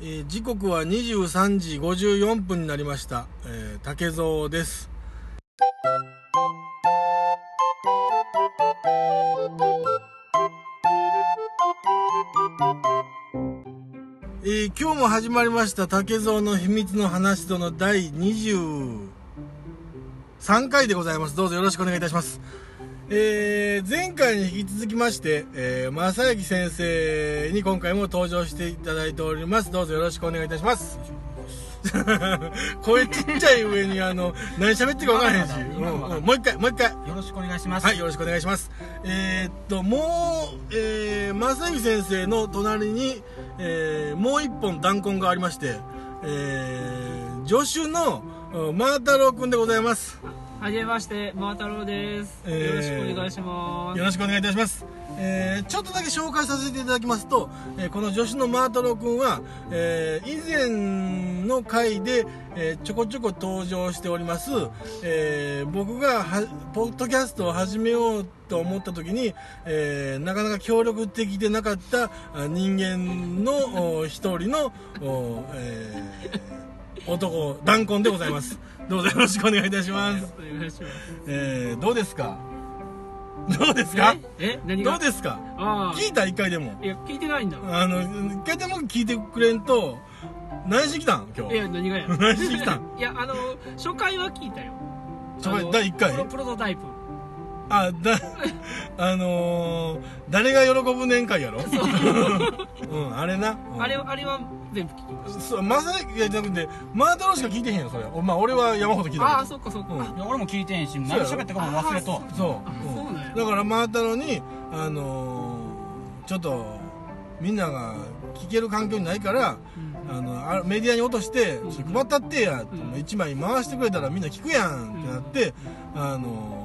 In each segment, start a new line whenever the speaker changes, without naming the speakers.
えー時刻は23時54分になりました、えー竹蔵ですえー今日も始まりました竹蔵の秘密の話との第23回でございますどうぞよろしくお願いいたしますえー前回に引き続きまして、えー、正幸先生に今回も登場していただいております。どうぞよろしくお願いいたします。 声ちっちゃい上に、あの、何喋ってるか分からへんし、う
今は分
ん
か
う
る
んもう一回、もう一回。
よろしくお願いします。
はい、よろしくお願いします。えーっと、もう、えー、正幸先生の隣に、えーもう一本弾痕がありまして、えー、助手の、うんマー太郎くんでございます。
はじめまして、マー太郎です。
えー
よろしくお願いします。
よろしくお願いいたします。えーちょっとだけ紹介させていただきますと、えーこの助手のマートロ君は、えー以前の回で、えーちょこちょこ登場しております、えー僕がはポッドキャストを始めようと思った時に、えーなかなか協力的でなかったあ人間のお一人の、おえー男、弾痕でございます。どうぞよろしくお願いいたします。
お願いします。
えー、どうですかどうですか
ええ何
ど
が
うですか
あ
聞いた一回でも
あ。いや、聞いてないんだ。
あの一回でも聞いてくれんと何してきたん今
い
日
や、何が や。
何してきたん
いや、あの、初回は聞いたよ。
初回
あの
第一回
プロプロトタイプ。
あだ あのー、誰が喜ぶ年会やろ うんあれな、うん、
あれは、あれは全部聞きまし
そうまさきいやじゃなくてマートロしか聞いてへんよそれおまあ俺は山ほど聞い
た。あ
た
あ、そっかそっか。
うん
あ
いや俺も聞いてへんし、
うや
何
ろ
喋ったかも忘れと
あ
けどそ
あ
う,、
そうなんや
だからマー太郎にあのー、ちょっとみんなが聞ける環境にないから、
うん
あのあメディアに落として「
うん
ちょっと配ったってや」って
うん
1枚回してくれたらみんな聞くやんってなって「あのー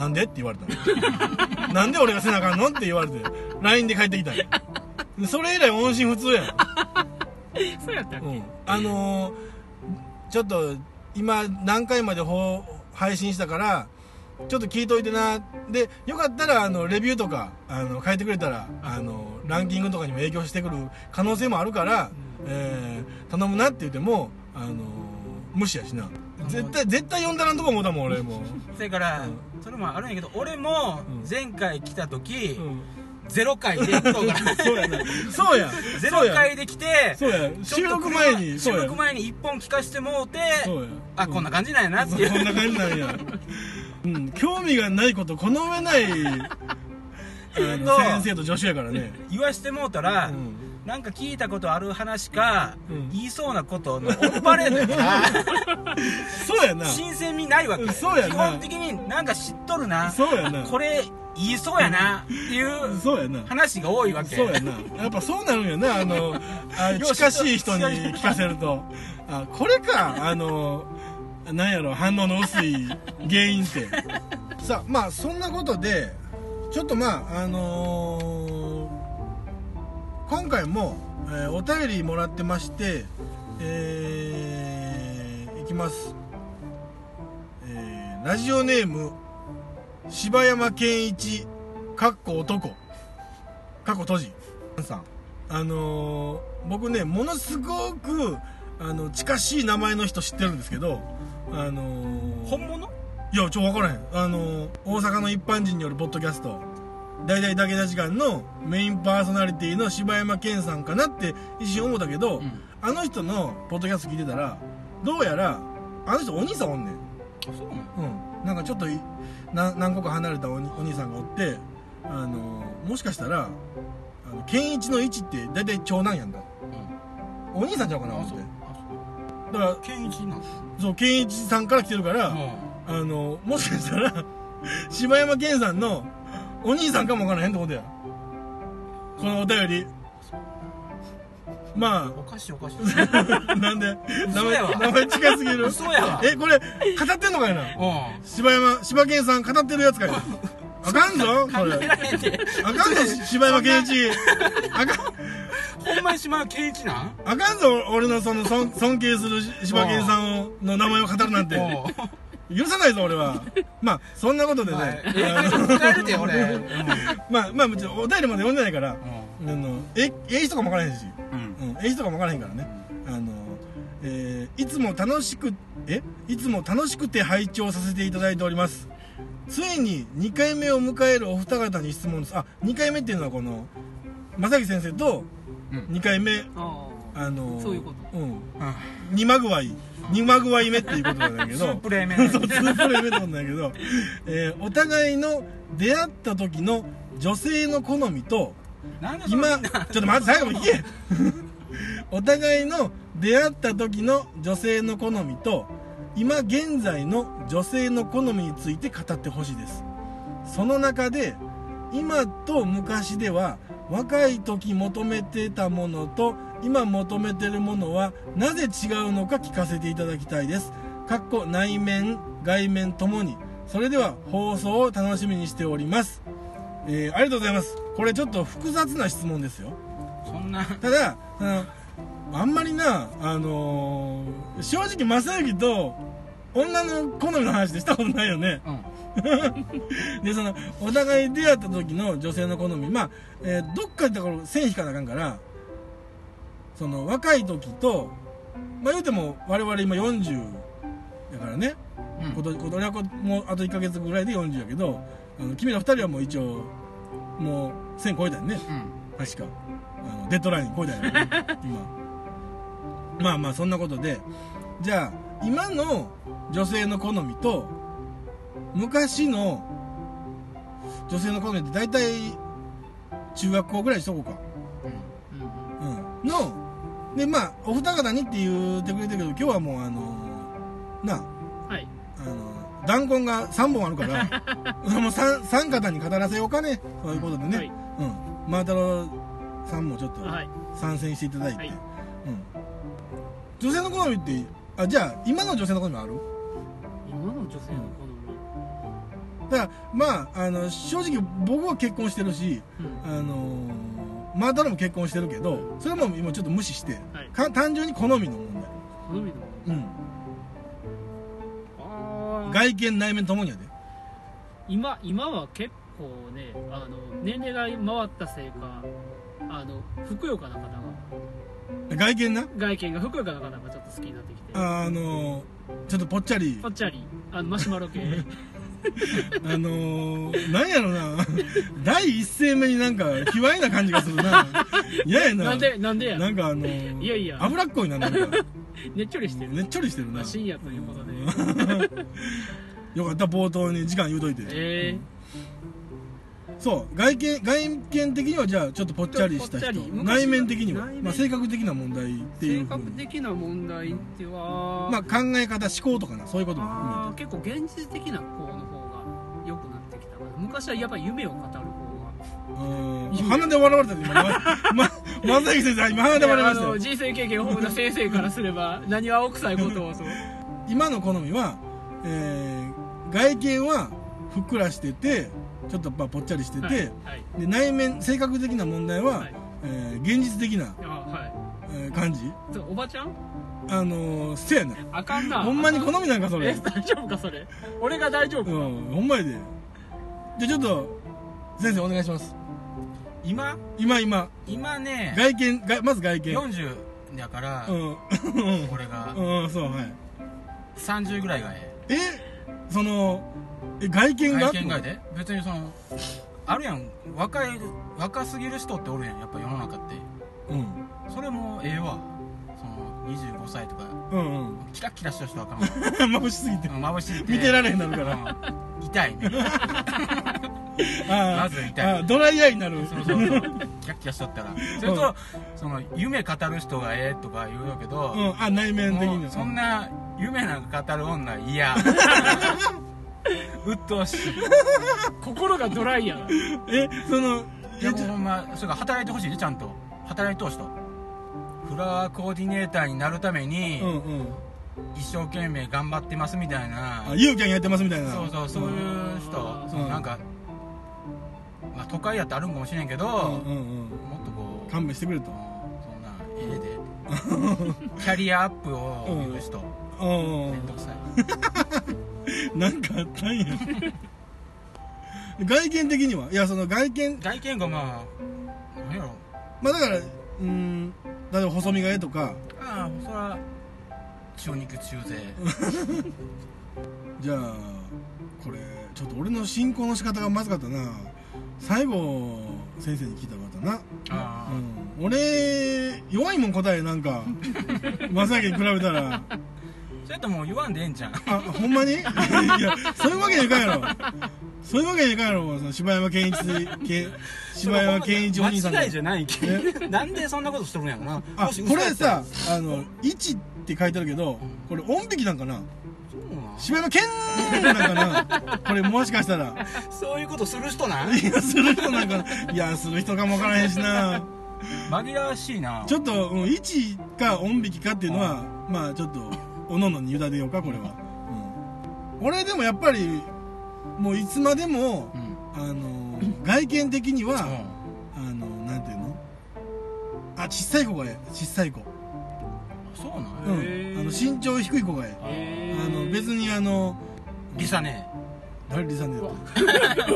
なんで?」って言われたの なんで俺がせなあかんのって言われて LINE で帰ってきたんよでそれ以来音信不通やん、
そうやったっけ
うんあのーちょっと今何回まで放配信したからちょっと聞いといてなでよかったらあのレビューとかあの書いてくれたらあのランキングとかにも影響してくる可能性もあるから、えー頼むなって言っても、あのー無視やしな絶対絶対呼んだらんとこ思うたもん俺 も
それから
うん、
それもあるんやけど、俺も
うん
前回来た時
う、ん、。
ゼロ回で行こうか ら
そうやなそうや
ゼ
そう
ロ
や
回で来て、
そうや
ちょっ
収
と
録
車
前に
収
そうや
録前に一本聞かしてもうて、
そうや
あ、こんな感じなんやなって
そ
いう
こん
う。
な感じなんや、うん、興味がないことこの上 ないあ
っ
の
と
先生と助手やからね、
言わしてもうた
う
ら、
ん、
なんか聞いたことある話か
うん、
言いそうなことのオンパレードやから、
そうやな
新鮮味ないわけ。
そうやな
基本的になんか知っとるな。
そうやな
これ言いそうやなっていう
そうやな
話が多いわけ
そうやなやっぱそうなるんやなあのあ
よし
近しい人に聞かせるとあこれかあのなんやろ反応の薄い原因ってさあまあそんなことでちょっとまああのー今回も、えーお便りもらってましてえーいきます、えーラジオネーム柴山健一かっこ男過去閉じさんあのー僕ねものすごくあの近しい名前の人知ってるんですけどあのー
本物
いやちょ分からへんあのー大阪の一般人によるポッドキャスト「大々だけだ時間」のメインパーソナリティの柴山健さんかなって一瞬思ったけど、
うん
あの人のポッドキャスト聞いてたらどうやらあの人お兄さんおんねん
そうなの
うん、なんかちょっといな何個か離れたおにお兄さんがおって、あのもしかしたらあの健一の一って大体長男やんだお兄さんちゃうかな思ってだから
健一なの
そう健一さんから来てるから、
う
あのもしかしたら 柴山健さんのお兄さんかもわからへんってことやこのお便りま
おかしいおかしい
あ なんで名
嘘やわ
前名前近すぎる
嘘やわ
えこれ語ってんのかいな
う
柴山柴健さん語ってるやつかよあかんぞこれ
んらへんで
あかんぞ柴山健一あかん
ほんまに島健一なん
あかんぞ俺のその尊尊敬する柴健さんをの名前を語るなんて
おう
許さないぞ俺はまあそんなことでね、
ええ
あの
振られて俺うん
まあまあちょっとお便りまで読んでないから、あのえええ人かもわからへんし、
うん
うん、ええ人かも分からへんからねあの、えーいつも楽しくえいつも楽しくて拝聴させていただいておりますついに2回目を迎えるお二方に質問ですあ2回目っていうのはこの正木先生と
うん
2回目、
ああ
あの
そういうこ
うん
あ
二まぐわい二まぐわい目っていうことなんだけ
ス
ど
ープレーメン
そう、ツープレイベトなんだけど、 えーお互いの出会った時の女性の好みと、
なんでそれ
今、ちょっと待って、最後まで聞 けお互いの出会った時の女性の好みと、今現在の女性の好みについて語ってほしいです。その中で、今と昔では若い時求めてたものと今求めてるものはなぜ違うのか聞かせていただきたいですかっこ内面外面ともにそれでは放送を楽しみにしております、えーありがとうございますこれちょっと複雑な質問ですよ
そんな
ただあのあんまりなあのー正直正行と女の好みの話でしたことないよね
うん
でそのお互い出会った時の女性の好みまあ、えーどっかでだから線引かなあかんからその若い時とまあ言うても我々今40だからね
うん
今年今年はこもうあと1ヶ月ぐらいで40やけどあの君ら2人はもう一応もう1000超えたよね
うん
確かあのデッドライン超えたよ ね今まあまあそんなことでじゃあ今の女性の好みと昔の女性の好みって大体中学校ぐらいにしとこうか、う
うん
ん、のでまあお二方にって言ってくれてるけど今日はもうあのなあ
はい
あの弾痕が3本あるから もう 3, 三方に語らせようかねそういうことでね、
はい
うん、マータロさんもちょっと
はい
参戦していただいて、
はい
うん、女性の好みってあじゃあ今の女性の好みある
今の女性の好み
だからまああの正直僕は結婚してるし、
うん
あのーマータロも結婚してるけどそれも今ちょっと無視して、
はい
か単純に好みの問題、
好みの
うん、
ああ
外見内面ともにやで
今今は結構ねあの年齢が回ったせいかあのふくよかな方が
外見な
外見がふくよかな方がちょっと好きになってきて
あのーちょっとぽっちゃり
ぽっちゃりあのマシュマロ系
あのー、なんやろな第一声目になんか卑猥な感じがするな嫌 やな
なんでなんでや
なんかあのー、
いやいや
脂っこいななんか
ねっちょりしてる
ねっちょりしてる
ま
な
あ深夜ということで
よかった冒頭に時間言うといて、
え
そう外見外見的にはじゃあちょっとぽっちゃりした
ぽっちゃ
人
り昔は
内面的には
内面
まあ、性格的な問題ってい
ー、
う
性
ふう
格
に
的な問題っては、
まあ考え方思考とかなそういうことも
あ
含
ー結構現実的な方の方が良くなってきたかな昔はやっぱ夢を語る方が
めてうん鼻で笑われたけど今まま 松崎先生今鼻で笑われました
あ
よ
の人生経験豊富な先生からす れば何は青臭いことをと
今の好みは、えー外見はふっくらしててちょっとまあぽっちゃりしてて、
はいはい
で内面性格的な問題は、
はい
えー現実的な、
あは
えー感じ
いそうおばちゃん
あのー、せやな
あかんな
ほんまに好
の
みなんかそ
え
れ
大丈夫かそれ俺が大丈
う
夫
ん
か、
ほんまやでじゃあちょっと先生お願いします
今
今今
今ね
外見がまず外見
40だから
うんうん
俺が
うんそうはい
30ぐらいがえ
えそのえ外
え
見が
外見がえで別にそのあるやん若い若すぎる人っておるやんやっぱ世の中って
うん
それもええわその25歳とか
うんうん
キラッキラした人はあかん わ
眩しすぎて
うん眩しい
見てられ
れ
へんなるから
痛いね
ああ
まず痛い
ああドライアイになる
そ うそうそうキラッキラしとったらそれとその夢語る人がええとか言うよけど、
うんあ内面的
も
に
う
は
そんな夢なんか語る女 嫌うっとうしい
心がドライやな
えその
い
え
や
ちょ
ほんまそれから働いてほしいねちゃんと働いてほしいとフラワーコーディネーターになるために、
うんうん
一生懸命頑張ってますみたいな
あユーキャンやってますみたいな
そうそうそういう人、
うん
そのなんか、まあ、都会やったらあるんかもしれんけ
う
ど、
んうんうん
もっとこう
勘弁してくれ
う
と
んそんな家で キャリアアップを言う人、
うんう
めん
ん
どくさい
なんかあったんや外見的にはいやその外見
外見がまあ何やろ
まあだからうーん例えば細身がえとか
ああそれは中肉中背
じゃあこれちょっと俺の進行の仕方がまずかったな最後先生に聞いたらよかったな
ああ
うん、俺弱いもん答えなん か正明に比べたら
それともう言わんでええんじゃん
あほんまに いやそういうわけにはいかんやろそういうわけにはいかんやろその柴山健一 け柴山健一お兄さんが
間違いじゃないけどなんでそんなことしとるんやろな
あ
もし嘘
これ
やったら
さあの「一」って書いてあるけどこれ音引きなんかな
そうなん
柴山健なんかなこれもしかしたら
そういうことする人なん
いやする人なんかいやする人かもわからへんしな
紛らわしいな
ちょっと、うん、位置か音引きかっていうのは、まあちょっと、おののに委ねようか、これは。うん、俺でもやっぱり、もういつまでも
う、ん
あのー、外見的に
う
は、あ
ん
のー、なんていうのあ、ちっさい子がええ、ちっさい子。
そうなん
うん。あ
へー
の、身長低い子がええ。
え
あの、別にあの、
リサね
誰リサンデー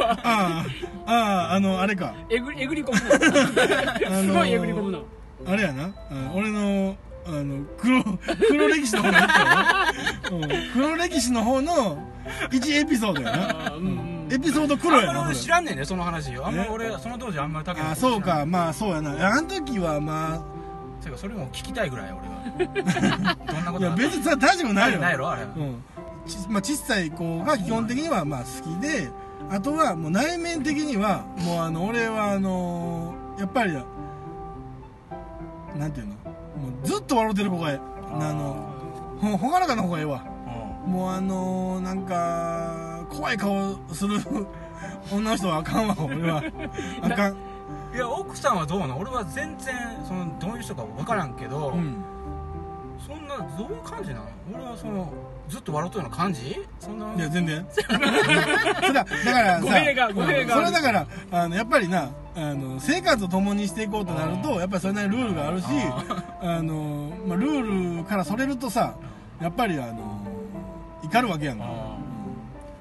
ああ、ああ、あの、あれか。
えぐりえぐり込むなすごいえぐり込むな
あれやな、あ俺のあの黒黒歴史の方のやつやなうん黒歴史の方の1エピソードや
あ
な
ーうんうん
エピソード黒
あん
や
まり
なこ
俺
れ
知らんねんねその話あんまり俺その当時あんまりタケの
あ
こと
そう
知らん
かまあそうやなあの時はま
てかそれも聞きたいぐらい俺 はどんなこ
あ
と
いや
だった
別にさ大丈夫ないよ
ないやろあれは
うんちまあ、小さい子が基本的にはまあ好きであとはもう内面的にはもうあの俺はあのーやっぱりなんていうのもうずっと笑ってる子がええあのほほがらかな方がええわ
うん
もうあのー、なんか怖い顔する女の人はあかんわ俺はあかん
いや奥さんはどうなん俺は全然そのどういう人か分からんけど、
うん
そんなどういう感じなの俺はそのずっと笑うとるような感じそんない
や全 然それはだからさ
語弊が語弊が
それはだからあのやっぱりなあの生活を共にしていこうとなるとやっぱりそれなりにルールがあるしあの、まあ、ルールからそれるとさやっぱりあの怒るわけやんか
あ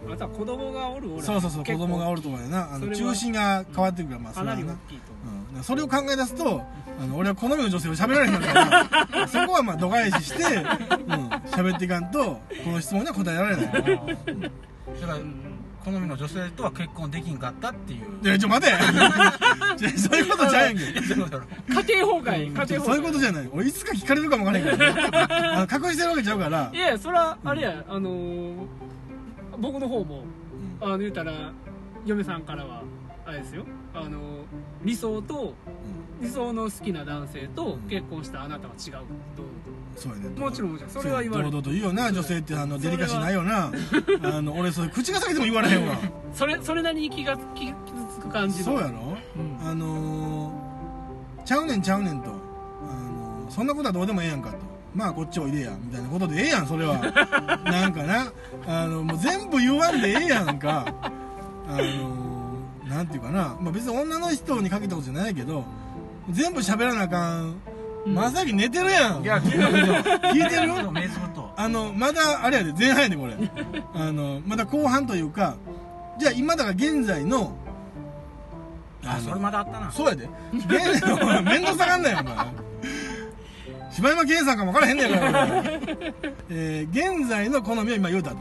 また子供がおるおら
そうそうそう子
結構
供がおるとかやなあの
それは
中心が変わってくるからまあそ
か
れ
な
は
り大
な
きいと
うんだからそれを考え出すとあの俺は好みの女性を喋られへんのだから そこはまあ度外視して、うん、喋っていかんとこの質問には答えられない
あだから
思ううん
好みの女性とは結婚できんかったっていう
いやちょ待て ちょそういうことじゃない んけ
いやそうだろ
家庭崩壊家庭崩壊
そういうことじゃない俺いつか聞かれるかもわからへん から、ね、あの隠してるわけちゃうから
いやいやそれはあれや、あのー僕の方も
ん
あの言うたら嫁さんからはあれですよあのー理想と理想の好きな男性と結婚したあなたは違うどう
そうやね
もちろんもちろんそれは言われ
そう堂
る
々と言うよな女性ってあの
それ
デリ
は
カシーないよ なあの俺それ口が裂けても言われへんわ
それそれなりに気が気傷つく感じの
そうやろ
うん
あのーちゃうねんちゃうねんと、あのーそんなことはどうでもええやんかとまあこっちおいでやみたいなことでええやんそれはなんかなあのもう全部言わんでええやんかあのーなんていうかな、まあ、別に女の人にかけたことじゃないけど全部喋らなあかん
うん
正樹寝てるやん、
いや聞い
聞いてる
たこと目つぶっと
あのまだあれやで前半やでこれあのまだ後半というかじゃあ今だから現在の
あ
の
それまだあったな
そうやで。芸人お前面倒くさがん なよ、お前。柴山健さんかも分からへんねやから、俺えー現在の好みは今言うたと。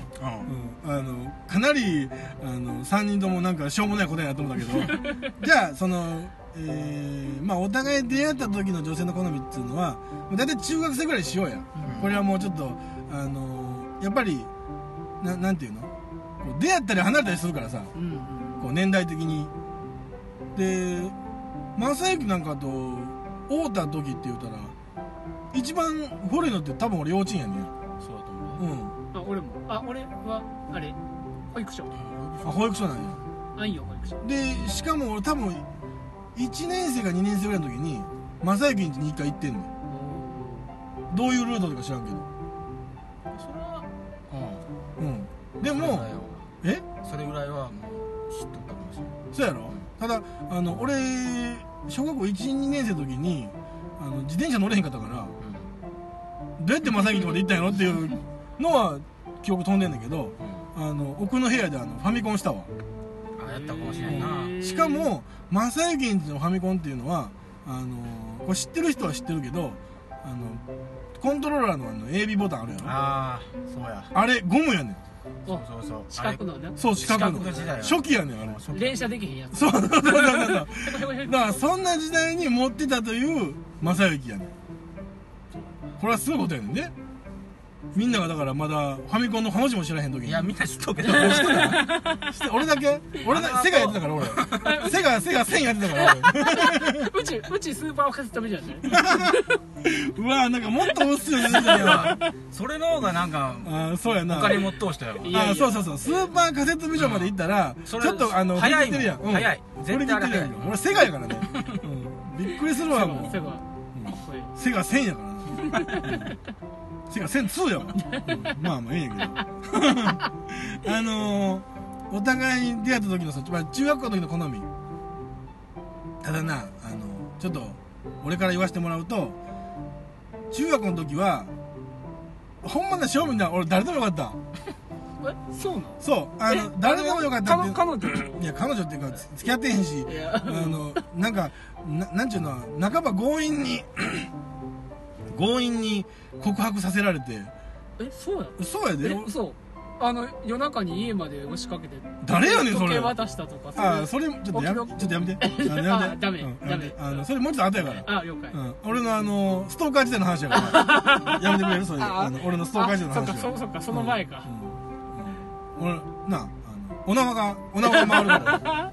うん
うん、あのかなりあの3人ともなんかしょうもない答えやと思ったけ どじゃあその、えーまあ、お互い出会った時の女性の好みっていうのは大体中学生ぐらいにしようや、
うん
これはもうちょっとあのやっぱりななんていうのこう出会ったり離れたりするからさ、
うんうん
こう年代的にで正行なんかと会うた時って言うたら一番古いのって多分俺幼稚園やね
そうだと思う
うんあ
あ俺もあ俺はあれ保育所
保育所なんや
あいよ保育所
でしかも俺多分1年生か2年生ぐらいの時に正行んちに1回行ってんのよどういうルートとか知らんけど
それは
うんで
うん
もえ
それぐらいはもう知っとったかもしれない
そうやろただあの俺小学校12年生の時にあの自転車乗れへんかったからどうやって正行とまで行ったんやろっていうのは記憶飛んでんだけどあの奥の部屋であのファミコンしたわ
あやったかもしれんな
へー
しかも正行んちのファミコンっていうのはあのこれ知ってる人は知ってるけどあのコントローラーのあの AB ボタンあるやろあ
ああそうや
れゴムやねん
そうそうそう
四角のな
そう四角の
四角の時代
初期やねんあれ
あれ
連射できへんやつ
そうそうそうそうそうだから
う
そんな時代に持ってたという正行やねんこれはすごいことやねんねみんながだからまだファミコンの話も知らへん時に
いやみんな知っとくけど
して 俺だけ俺だセガやってたから俺セガセガ1000やってたから俺
うちうちスーパーを貸すためじゃない
うわなんかもっと薄いよね あ
それの方がなんか
ーそうやな
お金持っとうしたよ
いやいや
あそうそうそうスーパーカセットビジョンまで行ったら、ち
それ
ょっとあの
早い
振り切ってるやん、
もん早い
振り
絶
切っ
対
てるや
早い
ん俺セガやからね、うん、びっくりするわもう
セガこれ
セガ1000やからな、うんセガ1002やわ、うんまあまあええんやけど あのーお互いに出会った時のさ、まあ、中学校の時の好みただなあのちょっと俺から言わせてもらうと中学の時はほんまな正味な俺誰でもよかった
えそうなの
そうあの誰でもよかったっていう
彼女
いや彼女っていうかつ付き合ってへんし
いや
あのなんかななんちゅうの半ば強引に 強引に告白させられて
えそうや
そうや
え
で
嘘あの夜中に家まで押しかけて
誰やねんそ
時計
れ
渡したとか
あ
そう
それちょっとやめちょ
起きろ
っとやめて あのやめ
あ
て
ダメ
うん
ダ
やめ
メ
てあのそれもうちょっと後やから
あ了解
うん、俺のあのストーカー時代の話やから やめてくれるそういう
あ
あの俺のストーカー時代の
あ
話
そっかそそっかその前か、
うんうんうん俺なあのお縄がお縄が回るから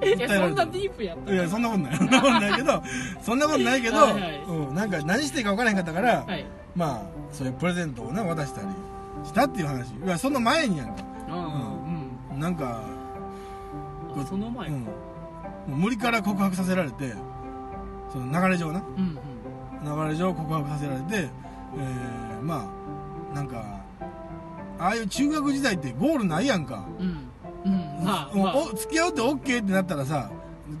え
訴えられた
そんなディープやった
いやそんなことないそんなことないけどそんなことないけど、
はいはい
うん、なんか何していいか分からへんかったから、
はい
まあそういうプレゼントをな渡したりしたっていう話いやその前にやんか
うん
なんか、
うんあその前
う
か
ん、もう無理から告白させられてその流れ上な
うん
流れ上告白させられて、えーまあなんかああいう中学時代ってゴールないやんか、
うんうんうんまあ
うん
まあ
お付き合うって OK ってなったらさ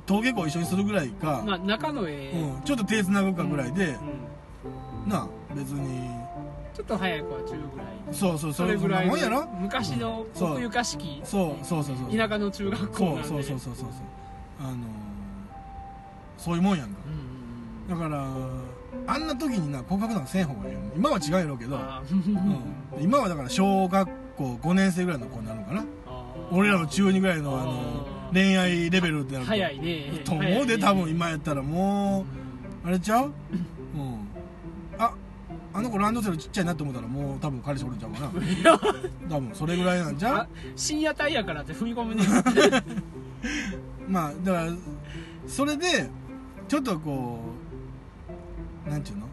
登下校一緒にするぐらいか、
まあ中の絵、うん
うん、ちょっと手つなぐかぐらいで、なあ別に
ちょっと早い子は中ぐらい
そうそうそれぐ
ぐ
ら
ら
い
い
もんやろ
昔の
そう
奥ゆかしき
そうそうそうそう
田舎の中学校
そ
なん
う
で
そうそうそうそうそうあのーそういうもんやんか
うんうんうん
だからあんな時にな告白なんかせん方がいいよ今は違うやろうけど、
あー
うん、今はだから小学校5年生ぐらいの子になるのかな
あー
俺らの中2ぐらいのあの
あー
恋愛レベルってなると
早いね
と思うで
早いね
多分今やったらもうあれちゃううんああの子ランドセルちっちゃいなって思ったらもう多分彼氏おるんちゃうかな多分それぐらいなんじゃ
あ深夜帯やからって踏み込むね
うまあだからそれでちょっとこうなんていうの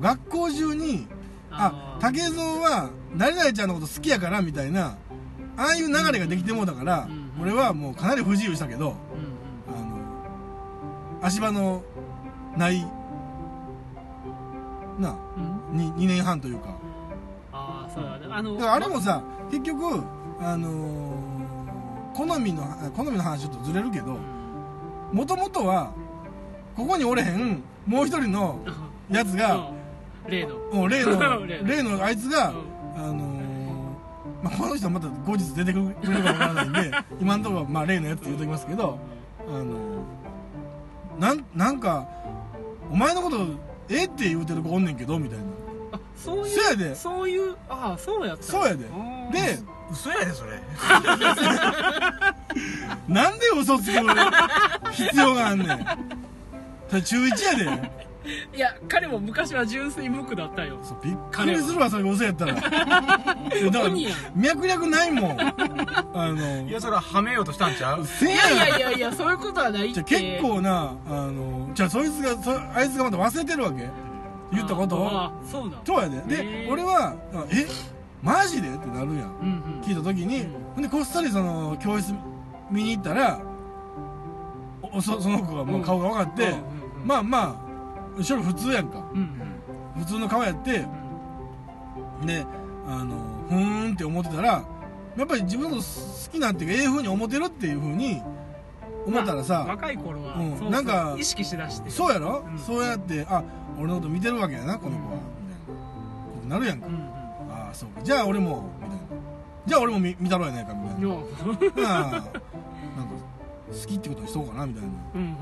学校中に あ
ー
竹蔵は誰々ちゃんのこと好きやからみたいなああいう流れができてもうたから、
うん
俺はもうかなり不自由したけど
うんうん
あの足場のないな
うん
に 2, 年半というか
ああそうだねあの
だからあれもさ結局あのー好みのあ好みの話ちょっとずれるけどもともとはここにおれへんもう一人のやつが、
うん例の
もう 例の
例の
例のあいつが、
うん
あのーまあ、この人はまた後日出てくるかわからないんで 今のところはまあ例のやつって言うときますけど、あのなんなんか「お前のことええって言うてる子おんねんけど」みたいな
あそういう
そやで
そういうああそうやった
そうやで
あー
で
嘘やでそれ
なんで嘘つく必要があ んねんそれ中1やで
いや彼も昔は純粋無垢だったよ
そうびっくりするわそれが嘘やった らいやだから
鬼やん
脈略ないも んあの
いやそれははめようとしたんちゃう
せ
い
や
やいやいやいやそういうことはないっ
じ
て
ゃあ結構なあのじゃあそいつがそあいつがまた忘れてるわけ言ったことを
ああそうなの
そうやでで
へー
俺はあ「えマジで?」ってなるやん
うんうん
聞いた時に、
うん
ほんでこっそりその教室見に行ったらおそその子がもう顔が分かって、
うんうんうん
まあまあ後ろ普通やんか
うんうん
普通の顔やってであのふーんって思ってたらやっぱり自分のこと好きなんていうかええ風に思ってるっていう風に思ったらさ、
まあ若い頃は
うん
そうそう
なんか
意識しだして
そうやろ、
うん
そうやってあ俺のこと見てるわけやなこの子は、みたいななるやんか、
うんうん
ああそうかじゃあ俺もみたいなじゃあ俺も見見たろうやないかみたいな
よ う
まあなんか好きってことにしとこうかなみたいな
うんうんうん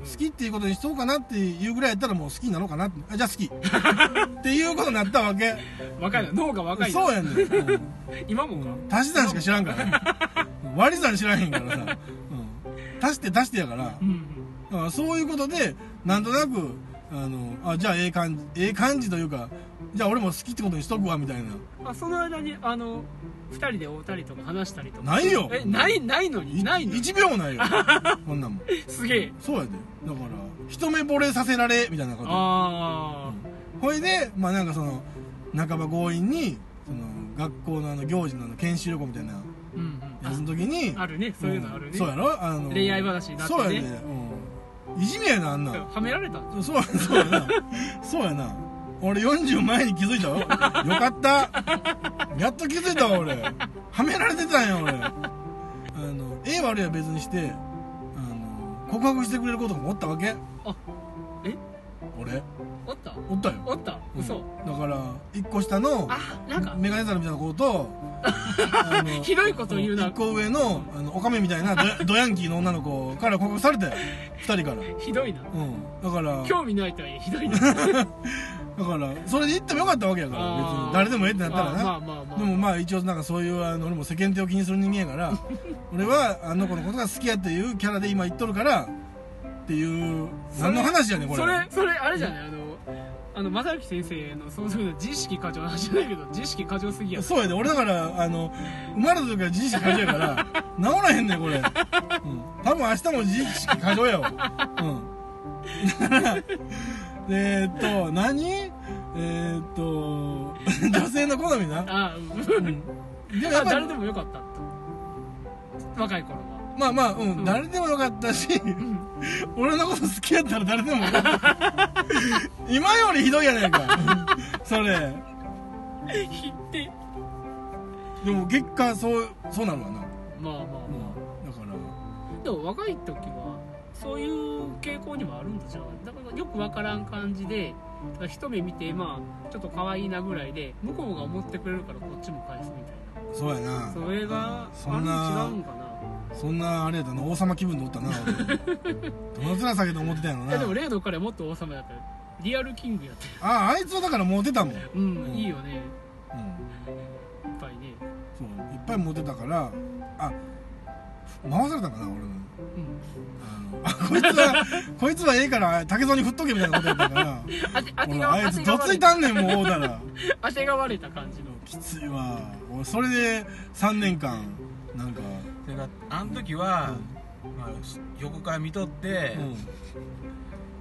好きっていうことにしそうかなっていうぐらいやったらもう好きなのかなあじゃあ好 きっていうことになったわけ
若いな脳が若いな
そうやねん、うん
今もか
足し算しか知らんからね割り算知らへんからさ、うん、足して足してやから
う、ん
だからそういうことでなんとなくあのあじゃあええ感じええ感じというかじゃあ俺も好きってことにしとくわみたいな
うんあその間にあの二人で会うたりとか話したりとか
ないよ
えないないのにないのに
1秒もないよこんなんもん
すげえ
そうやでだから一目惚れさせられみたいなこと
あ
ほいでまあなんかその半ば強引にその学校のあの行事のあの研修旅行みたいな
あうんうん
やつの時に
ああるねそういうのあるね、
んそうやろあの
恋愛話になってね
そうやで、うん、いじめやなあんなん
はめられたん
そうそうやなそうやな俺40前に気づいたわよかったやっと気づいたわ俺はめられてたんや俺あの絵悪いは別にしてあの告白してくれることもおったわけ
あえ
俺
おった
おったよ
おった嘘、
だから一個下の
あなんか
メガネザルみたいな子とあの
ひどいこと言うな
一個上のあのオカメみたいなドドヤンキーの女の子から告白されたよ二人から
ひどいな
うんだから
興味ないとはいえひどいな
だからそれで行ってもよかったわけやから別
あ
に
ー
誰でもええってなったらな、
まあまあまあ
でもまあ一応なんかそういうあの俺も世間体を気にする人間やから 俺はあの子のことが好きやっていうキャラで今言っとるからっていう
それ
何の話やねんこれ
それそれあれじゃないあのあの正行先生のその時の自意識過剰の話じゃないけど自意識過剰すぎや
そうやで俺だからあの生まれた時から自意識過剰やから 治らへんねんこれ、うん、多分明日も自意識過剰 やわうんだからえーっと何えーっと 女性の好みな
あうん
でもや
あ
っぱり
誰でもよかったと若い頃は
まあまあ、うん、
うん
誰でもよかったし、俺のこと好きやったら誰でもよかった。 今よりひどいやないか。 それ。
ひって
でも結果、そう、そうなるわな。
まあまあまあ
だから、
でも若い時はそういう傾向にはあるんでしょうだからよくわからん感じで一目見てまあちょっと可愛いなぐらいで向こうが思ってくれるからこっちも返すみたい
そうや
な
な。
それが
そ
あれ
んな
違うんかな
そんな、あれやったな、王様気分でおった な。俺どの面下げて思ってたんやろ
いやでも
な。
レイド彼もっと王様やったよリアルキングやったよ
ああ、あいつはだからモテたもん。うん。
うん、
うん
いいよねいっぱいね
そう、いっぱいモテたから、あ、回されたんかな、俺の。
うん
あのあこいつは、こいつはええから、竹蔵に振っとけみたいなことやったから。
あて当て
俺
が
あい
当
つ
てが
どつ
割
い
れた
たんねんもう会うたら
当てが割れた感じの
きついわ俺それで3年間なんか、
それがあの時は、まあ、横から見とって、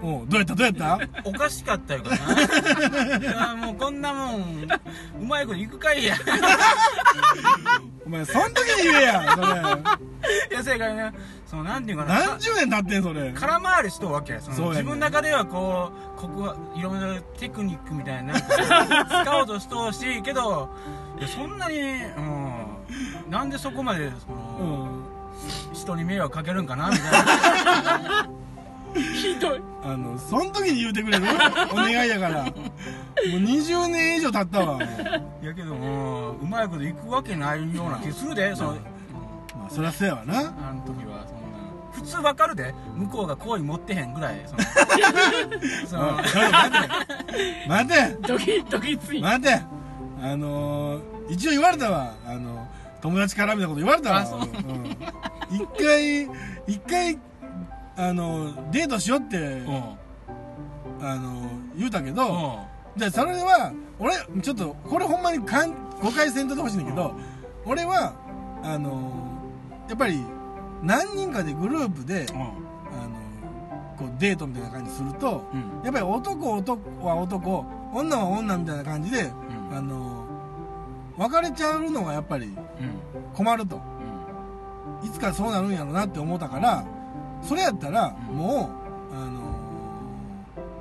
うん、おうどうやったどうやった
おかしかったよか ないやもうこんなもんうまいこといくかい や
お前そん時に言えやそれ
いやそれからねそのなんていうかな
何十年経ってんそれ
空回りしとるわけその
そうやね
自分の中ではこうここはいろんなテクニックみたいな使おうとしとうしけどいやそんなに、うん、なんでそこまでその、
ん
人に迷惑かけるんかなみたいな
ひどい
あのそん時に言うてくれるお願いやからもう20年以上経ったわ、もう
いやけど、うん、うまいこといくわけないような気するでその、うん
まあそりゃそうやわな
あの時はそんな普通わかるで向こうが好意持ってへんぐらいそのその
おいちょっと待て待て
ドキドキつい
待てあのー、一応言われたわあの友達からみたいなこと言われたわ、
あそうん
一回一回あのデートしようって、
うん
あの言うたけ
う
ど、
ん
じゃあそれは俺ちょっとこれほんまにかん誤解せんとってほしいんだけど、俺はあのやっぱり何人かでグループで、あのこうデートみたいな感じすると、
うん
やっぱり男男は男女は女みたいな感じで、
ん
あの別れちゃうのがやっぱり
うん
困ると
うん
いつかそうなるんやろなって思ったからそれやったら
うん
もう、あの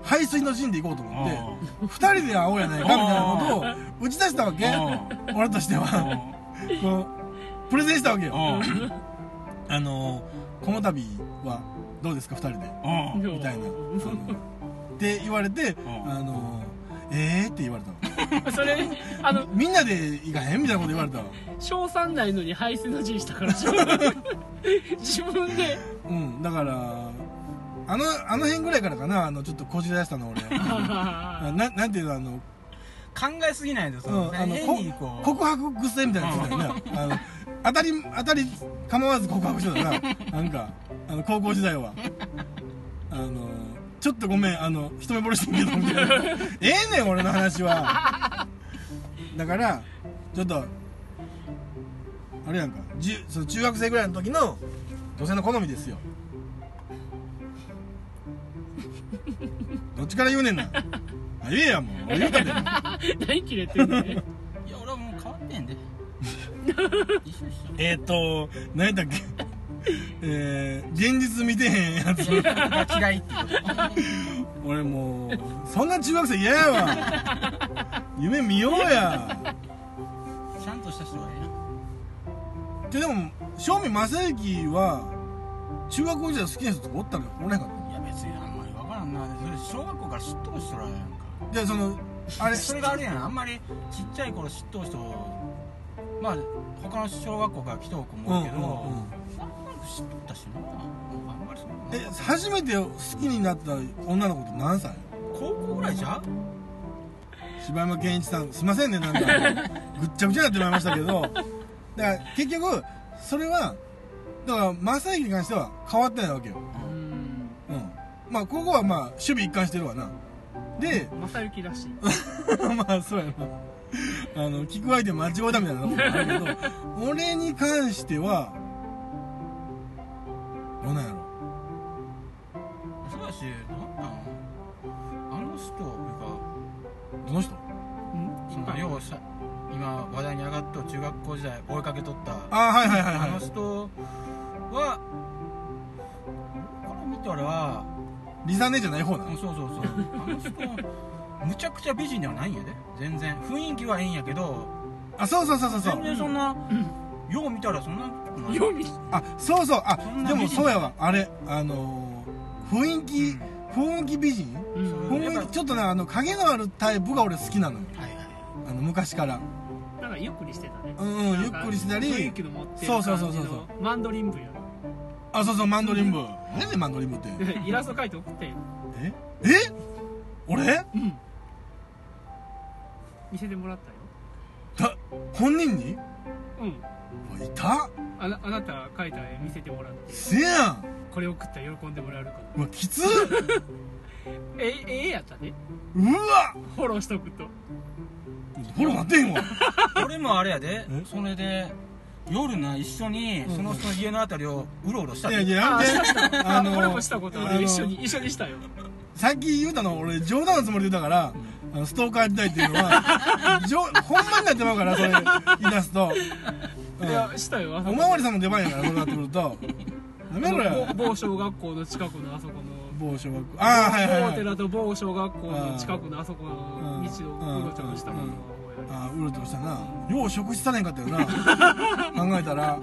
排水の陣で行こうと思って
あ
二人で会おうやないかみたいなことを打ち出したわけ
う
俺としては
あ
こうプレゼンしたわけよ
うんうん
あのこの度はどうですか二人で
うん
みたいなそのって言われて「
ん
あのえー?」って言われたわ
それあの
みんなで行かへんみたいなこと言われたわ
賞賛ないのに排水の字したから自分で
うんだからあのあの辺ぐらいからかなあのちょっとこじらしたの俺ななんていうのあの
考えすぎないんですよ、
うん、あの
変にこう
告白癖みたいなやつだよねあの当たり当たり構わず告白してたななんかあの高校時代はあのちょっとごめんあの一目惚れしてんけどみ たいなええねん俺の話はだからちょっとあれやんかじゅその中学生ぐらいの時の女性の好みです よどっちから言うねんなあ言えやもう俺言うたで
何切れてんのね
いや俺はもう変わってへんで一緒一緒
えーっ、と、何だっけ。 えー、現実見てへんやつ。
が嫌いってこと
俺もう、そんな中学生嫌やわ。夢見ようや。
ちゃんとした人がいい
で、でも、正味正幸は、中学校時代好きな人とかおったのよ。おらへんかっ
いや別にあんまり分からんなそれ小学校から嫉妬しとらやんか
た。で、その、あ
あ
れ、
れそれがあるやんあんまりちっちゃい頃嫉妬しとまあ他の小学校から来とう子
うんう
もお
ん
るけど、
うん。
なんとなく嫉妬ったしなあんまりそんな
え、初めて好きになった女の子って何歳
高校ぐらいじゃ
柴山健一さんすいませんねなんかぐっちゃぐちゃになってまいりましたけどだから結局それはだから正行に関しては変わってないわけよ、
う
う
ん
ん、まあここはまあ守備一貫してるわなで
正幸らしい
まあそうやなあの聞く相手間違えたみたいなのもあるけど俺に関してはどうなんやろ
そうやしなんなんあの人という
どの人
うん
かその要はさ今話題に上がっとう中学校時代追いかけとった
ああはいはいはい
あの
は
人はこれ見たら
いリザネじゃない方な
うんそうそうそうあの人むちゃくちゃ美人ではないんやで全然雰囲気はええんやけど
あそうそうそうそうそう
全然そんな、よう見たらそんなことない
よみ
あそうそうあ
そんな
でも
美人
そうやわあれあのー、雰囲気、
うん
雰囲気美人
うん
ほん
雰囲気ちょっとねあの影のあるタイプが俺好きなのよ
はいはい
あの昔から
なんかゆっくりしてたね
うんうんゆっくりした
雰
り
囲気の持ってる
そう
感じ
そう
の
そうそう
マンドリン部や
あそうそうマンドリン部何やねんマンドリン部って
イラスト描いて送って
ええ俺
うん見せてもらったよ
だ本人に
うん
うわいた
あなあなた描いた絵見せてもらって
せやん
これ送ったら喜んでもらえるかな
うわき つっ
えええやったね
うわ
フォローしとくと
ほら待てへんわ
俺もあれやで
え
それで夜な一緒に
ん
その人の家のあたりをうろうろした
い
で
やいやや
あ
めて
したした
あのー
俺もしたことあ
あのー
る一緒に一緒にしたよ
さっき言うたの俺冗談のつもりで言ったから、あのストーカー時代っていうの はじょほんまになってまうからそれ言い出すと、
いやしたよあそ
うんお
こ
まわりさんの出番やからそうなってくるとやめろ
某
や
某小学校の近くのあそこの
某小学校ああはいはい
某
はい
寺と某小学校の近くのあそこの道のうろちょろしたことの方や
ああうろちょろしたなよう食事されへんかったよ な考えたら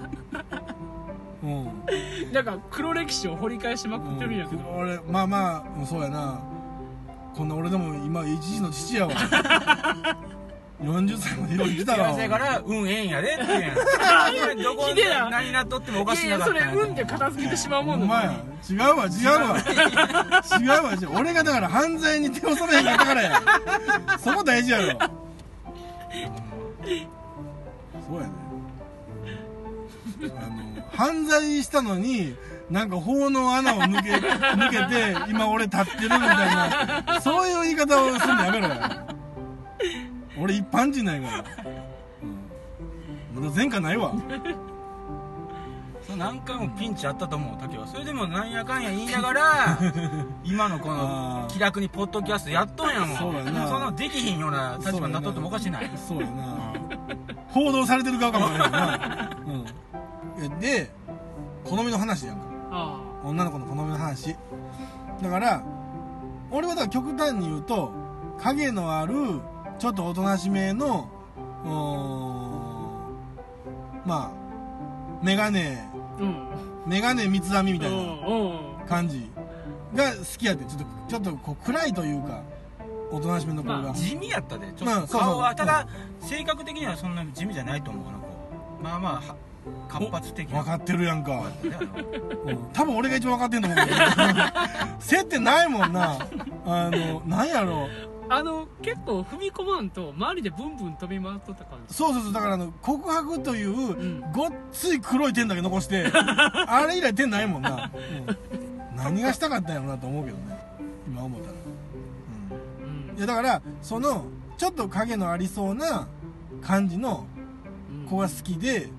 うん
りなんか黒歴史を掘り返しまくってるんやけど、
俺まあまあうんそうやなこんな俺でも今一時の父 やわ40歳までよう生きたわ
幸せから運ええんやでって言うやんどこ
ひでな
何なっとってもおかし
い
な
やい
か
や
った
そ
ん
れ
や
運で片付けてしまうもん
ほん
だ
ま
もん
や違うわ違う わ違うわ違う俺がだから犯罪に手を染めへんかったからやそこ大事やろそうやねあの犯罪したのになんか法の穴を抜け抜けて今俺立ってるみたいなそういう言い方をすんのやめろや俺一般人ないから、うん、まだ前科ないわ
それ何回もピンチあったと思う時はそれでもなんやかんや言いな がら今のこ
あ
の
ー
気楽にポッドキャストやっとんやもん
そうやな
そんなできひんような立場になっとってもおかしない
そうやな報道されてる側かもしれないな、うん、で好みの話やんか
あ
女の子の好みの話だから俺はだから極端に言うと影のあるちょっとおとなしめのうーんまあメガネ
あうん
メガネ三つ編みみ
う
たいなん
うん
感じが好きやってちょっとちょっとこう暗いというかおとなしめの子が、
まあ
地味やったでちょ
まあ
っ
そうそう
と顔は、
うん
ただ性格的にはそんな地味じゃないと思うこの子まあまあは活発的な
分かってるやんか、
ね
うん多分俺が一番分かってんと思うけど接点ないもんなあのなんやろう
あの結構踏み込まんと周りでブンブン飛び回っとった感じ
そうそうそうだからあの告白という、
ん
ごっつい黒い点だけ残してあれ以来点ないもんな、うん何がしたかったんやろうなと思うけどね今思ったら、
う
うん
ん
いやだからそのちょっと影のありそうな感じの
うん
子が好きで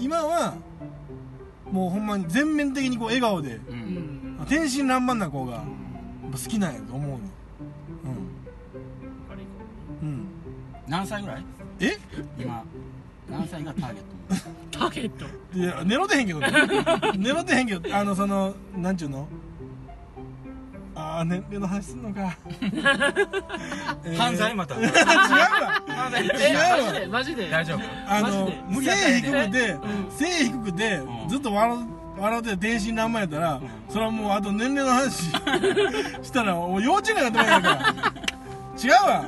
今はもうほんまに全面的にこう笑顔で
う
うんん
天真爛漫な子がや
う
っ
ん
ぱ好きなんやと思うの
あれ
うんうん
何歳ぐらい
え
今何歳がターゲット
ターゲット
いや狙ってへんけどね 狙ってへんけどあのそのなんちゅうのああ年齢の話すんの か、え ー
犯罪また
違うわ
犯罪
違うわ
マジでマジで
大丈夫
あの
マジで
無理やったら
背
え
低
え
くて、
うん
背低くて、
うん
ずっと笑う笑うて天真爛漫やったら、
ん
それはもうあと年齢の話 したらもう幼稚園なんかと思うから違うわ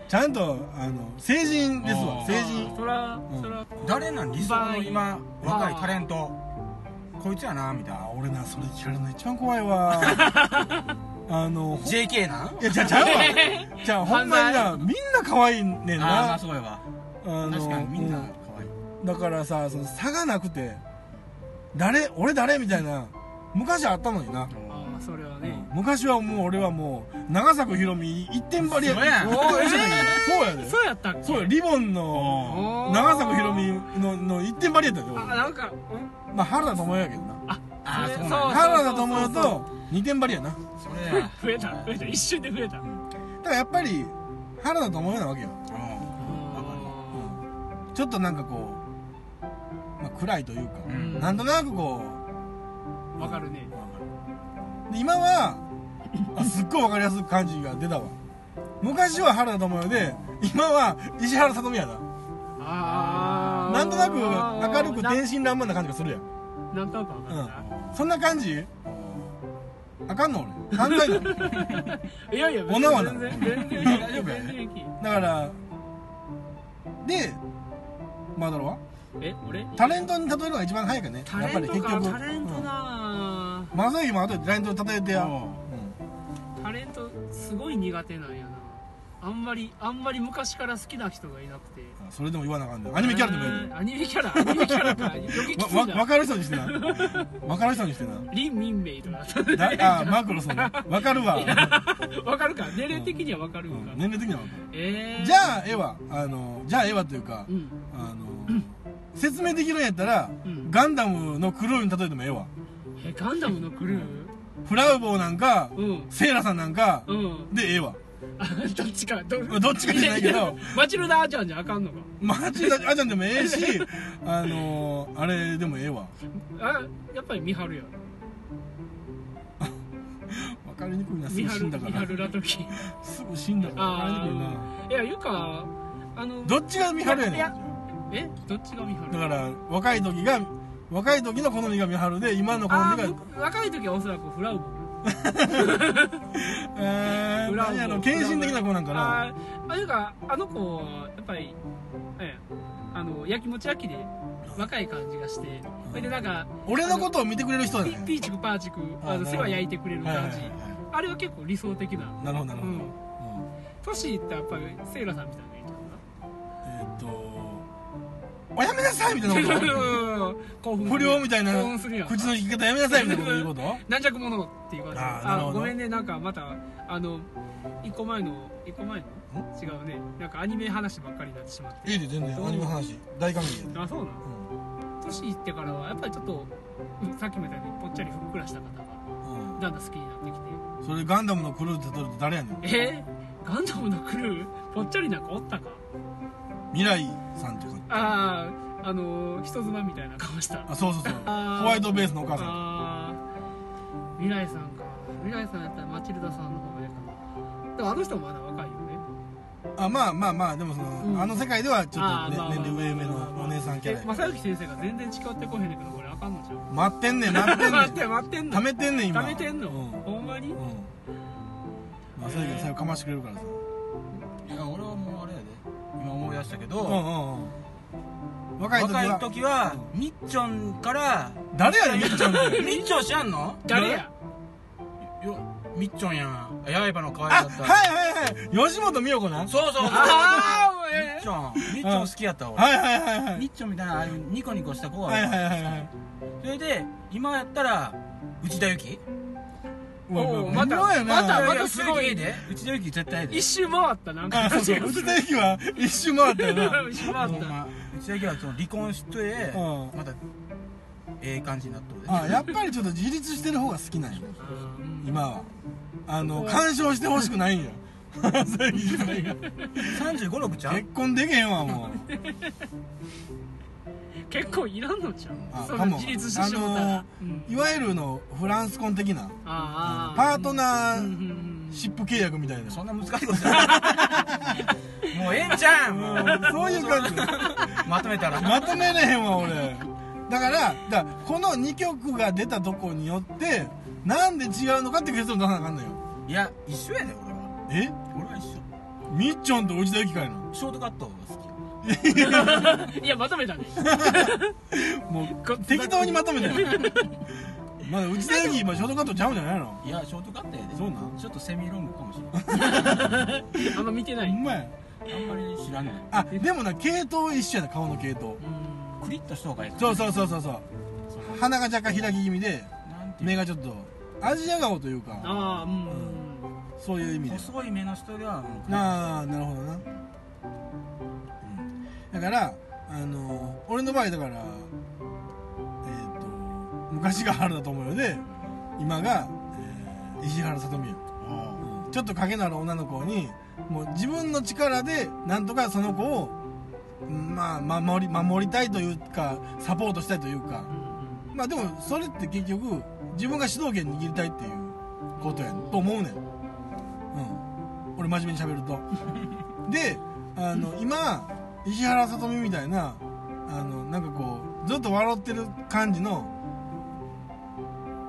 ちゃんとあの成人です
あ
わ
ー
成人
そら
うん
そら
誰なん理想の今若いタレントこいつやなみたい
あ
な
俺なそれ聞かれるの一番怖いわあのほん
JK なん
いやじゃあちゃうわじゃあほんまになみんな可愛いねん
ああま
な
あそうやわ
あの
確かにみんな
うん
可愛
だ
い
からさその差がなくて誰俺誰みたいな昔あったのにな、
あーまあそれはね
昔はもう俺はもう長作ひろみ一点張りや
そうやん
おーえそうやで
そうやったっけ
そうやリボンの
おー
長作ひろみのの一点張りやったで
あ
俺
なんかうん
まあ原田知世やけどな
ああ
そ
そう
れ
なん
そう
や
原田知世と二点張りやなだか
それや
増えた増えた一瞬で増えた
らやっぱり原田知世なわけよ、
うん
うんちょっとなんかこう、まあ、暗いというか、
うん
なんとなくこう
わかるね
で今はあすっごい分かりやすい感じが出たわ昔は原田知世で今は石原さとみやな
ああ
なんとなく明るく天真爛漫な感じがするやん
なんとなくわかるな
そんな感じあかんの俺考えない
いやいや別に
女はな
全然全然平
大丈
気
夫や
全然平
だからでまあだろは
気え俺
タレントに例えるのが一番早いかね
タレント
やっ
か
ぱり結
タレントな
うん正行も後でタレントに例えてや、うん
タレントすごい苦手なんやなあんまりあんまり昔から好きな人がいなくて
あそれでも言わなあかんねアニメキャラでもやる
えーアニメキャラアニメキャラか 余計きつ
わ
い
わ分
な
かる人に してな分かる人にしてな
リン・ミンメイとか
だあマクロスのね分かるわ
わかるか年齢的にはわかる
うんん
か
年齢的には分か
え
る
ー
じゃあ絵はあのじゃあ絵はというか、
うん
あの説明できるんやったら、
うん
ガンダムのクルーに例えてもええわ
えガンダムのクルー
フラウボーなんか、
うん
セイラさんなんか、
うん
でええわ
あどっちかど
どっちかじゃないけど
マチルダーちゃんじゃあかんのか
マジであちゃんでもええ しあのあれでもええわ
あやっぱり見張るやろ
分かりにくいなす
見
ぐ
張
死んだ
る
か
見
ら
張るラトキ
すぐ死んだから分かりにくいない
やゆかあの
どっちが見張るやねん
いやえどっちが見張
だ
る
から若い時が若い時の好みが見張るで今の好
あ
み
ー
が
僕若い時はおそらくフラウボ
えー、
フラウボ
何やろ献身的な子なんかな
あーあゆかあの子はやっぱりええあのやきもち焼きで若い感じがしてそれでなんか
俺のことを見てくれる人だ
ピ
ね
ピーチクパーチク
あなる
あの
ほど
世話焼いてくれる
はいはい
感
は
じ
いは
あれは結構理想的ない
なるほどなるほ
う
ど、うん
ん年いったらやっぱりセイラさんみたいなのがいいか
えーっとおやめなさいみたいなこと
な興奮す
不
る
良みたいな
興奮するやん
口の引き方やめなさいみたいなこと言うこと
軟弱者っていう感じ
あーなる
あ
ほど
ごめんねなんかまたあの一個前の一個前の違うねなんかアニメ話ばっかりになってしまって
いいで全然アニメの話大歓迎やで
あそうなの年いってからはやっぱりちょっとうんさっきみたいにぽっちゃりふっくらした方が
うん、うん
だんだん好きになって
それガンダムのクルーって例えると誰やねん
きてえー、ガンダムのクルーぽっちゃりなんかおったか
未来さんとか
あああのー、人妻みたいな顔した
あそうそうそう
あー
ホワイトベースのお母さん
あー未来さんか未来さんやったらマチルダさんの方がいいかなでもあの人もまだ若いよね
あまあまあまあでもその、
うん
あの世界ではちょっと、ね
あーまあまあ
年齢上目のお姉さんキャラやけ
え
ど
正行先生が全然近寄ってこへんねんけどこれあかんのち ゃう
待ってんねん待ってんね
待っ
ん
て待ってんの
溜めてんねん今
貯めてんの、
うん
ほんまに
うんまあそうやけど最後かましてくれるからさ
いや俺はもうあれやで今思い出したけ
う
ど、
んうんうん若い時は
若い時はみっちょんから
誰やねんみっちゃん って
みっちょん知らんの
誰や
よみっちょんやん刃の可
あ
愛
はい
かった
はいはい吉本美代子なん
そうそうそう
ああ
みっちょんみっちょん好きやったわ
はいはいはいはい
みっちょんみたいなああいうニコニコした子は
はいはいはいはい
それで今やったら内田有紀
うわうわ
おうまた
微妙やな
またまた
内
す
田
ごい
有紀で内田有紀絶対ええで
一周回ったなんか
あ そうそううちの駅は一周回ったよな
一周回っ
ほん
た
ま内田有紀はその離婚して
うん
またええ感じになっとるで
あやっぱりちょっと自立してる方が好きなんや
うん
今はあの干渉してほしくないんやそういう時代が
356ちゃん
結婚できへんわもう
結構いらんのちゃ
あ
うそ
か
んな
も
自立してしもたら
あのー
うん
いわゆるのフランス婚的な
あー
パートナ
う
ー
んうんうん
シップ契約みたいな
そんな難しいことじゃ ないもうええんちゃんもう
うんそういう感じ
まとめたら
まとめれへんわ俺だからだからこの2曲が出たとこによってなんで違うのかって結論出さなあかんのよ
いや一緒やで俺は
え
俺は一緒
みっちょんと内田有紀かいな
ショートカットが好
いやまとめたね
もう適当にまとめたよまだ内田有紀今ショートカットちゃうんじゃないの
きいやショートカットやで
そうなん
ちょっとセミロングかもし れ
あんま見てな
ほ
い
んまや
ないあんまり知らない
あでもな系統一緒やな顔の系統
うん
クリッとした方がいい
そうそうそうそうそう鼻が若干開き気味で
なんてい
目
う
がちょっとアジア顔というか
ああうん
そういう意味で
細い目の人ではもう
ああなるほどなだからあの俺の場合だからえっ、と昔が原田智代で今が、えー石原さとみや
うん
ちょっと影のある女の子にもう自分の力でなんとかその子をまあ守り守りたいというかサポートしたいというかまあでもそれって結局自分が主導権握りたいっていうことやんと思うねんうん俺真面目に喋るとであの今石原さとみみたいなあのなんかこうずっと笑ってる感じの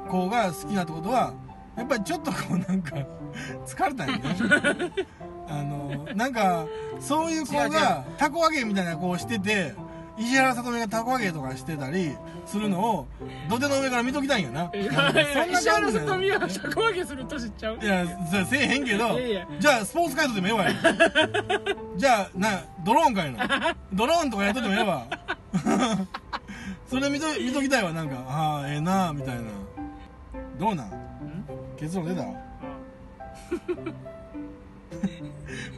子が好きなってことはやっぱりちょっとこうなんか疲れたんよね あのなんかそういう子
違う違
がたこ揚げみたいな子をしてて石原さとみがたこ揚げとかしてたりするのを土手の上から見ときたいんやな
石
感じなの
原さとみはたこ揚げする年ちゃう
いやそれせえへんけど
いやいや
じゃあスポーツカイトでもええ わよじゃあなドローンかいなドローンとかやっとってもええわ それ見と見ときたいわなんかああええなあみたいなどうなん
うん
結論出た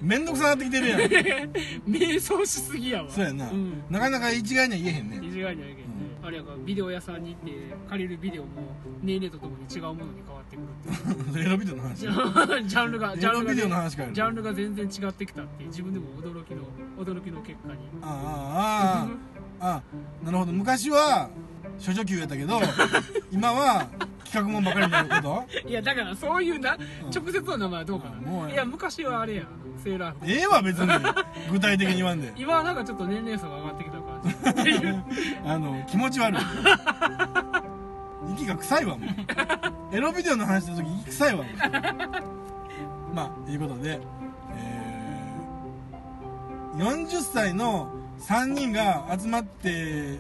めんどくさなってきてるや ん
瞑想しすぎやわ
そうやな、
ん
なかなか一概には言えへんね
意地がいないけどねあれやからビデオ屋さんに行って借りるビデオも年齢とともに違うものに変わってく るっていう
エロビデオの話
ジャンルがジャンルが
エロビデオの話かよ
ジャンルが全然違ってきたっていう自分でも驚きの驚きの結果に
ああああああなるほど昔は処女級やったけ ど今は企画もんばかりになること
いやだからそういうな直接の名前はどうか
うんもう
な、いや昔はあれやセーラー服
ええわ別に具体的に言わんで
今はなんかちょっと年齢差が上がってきた感じっていう
あの気持ち悪い息が臭いわもうエロビデオの話した時息臭いわもうまあということで、えー、40歳の3人が集まって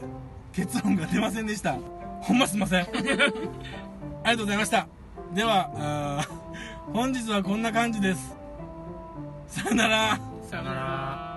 結論が出ませんでしたほんますいませんありがとうございましたではあー本日はこんな感じですさよなら
さよ
なら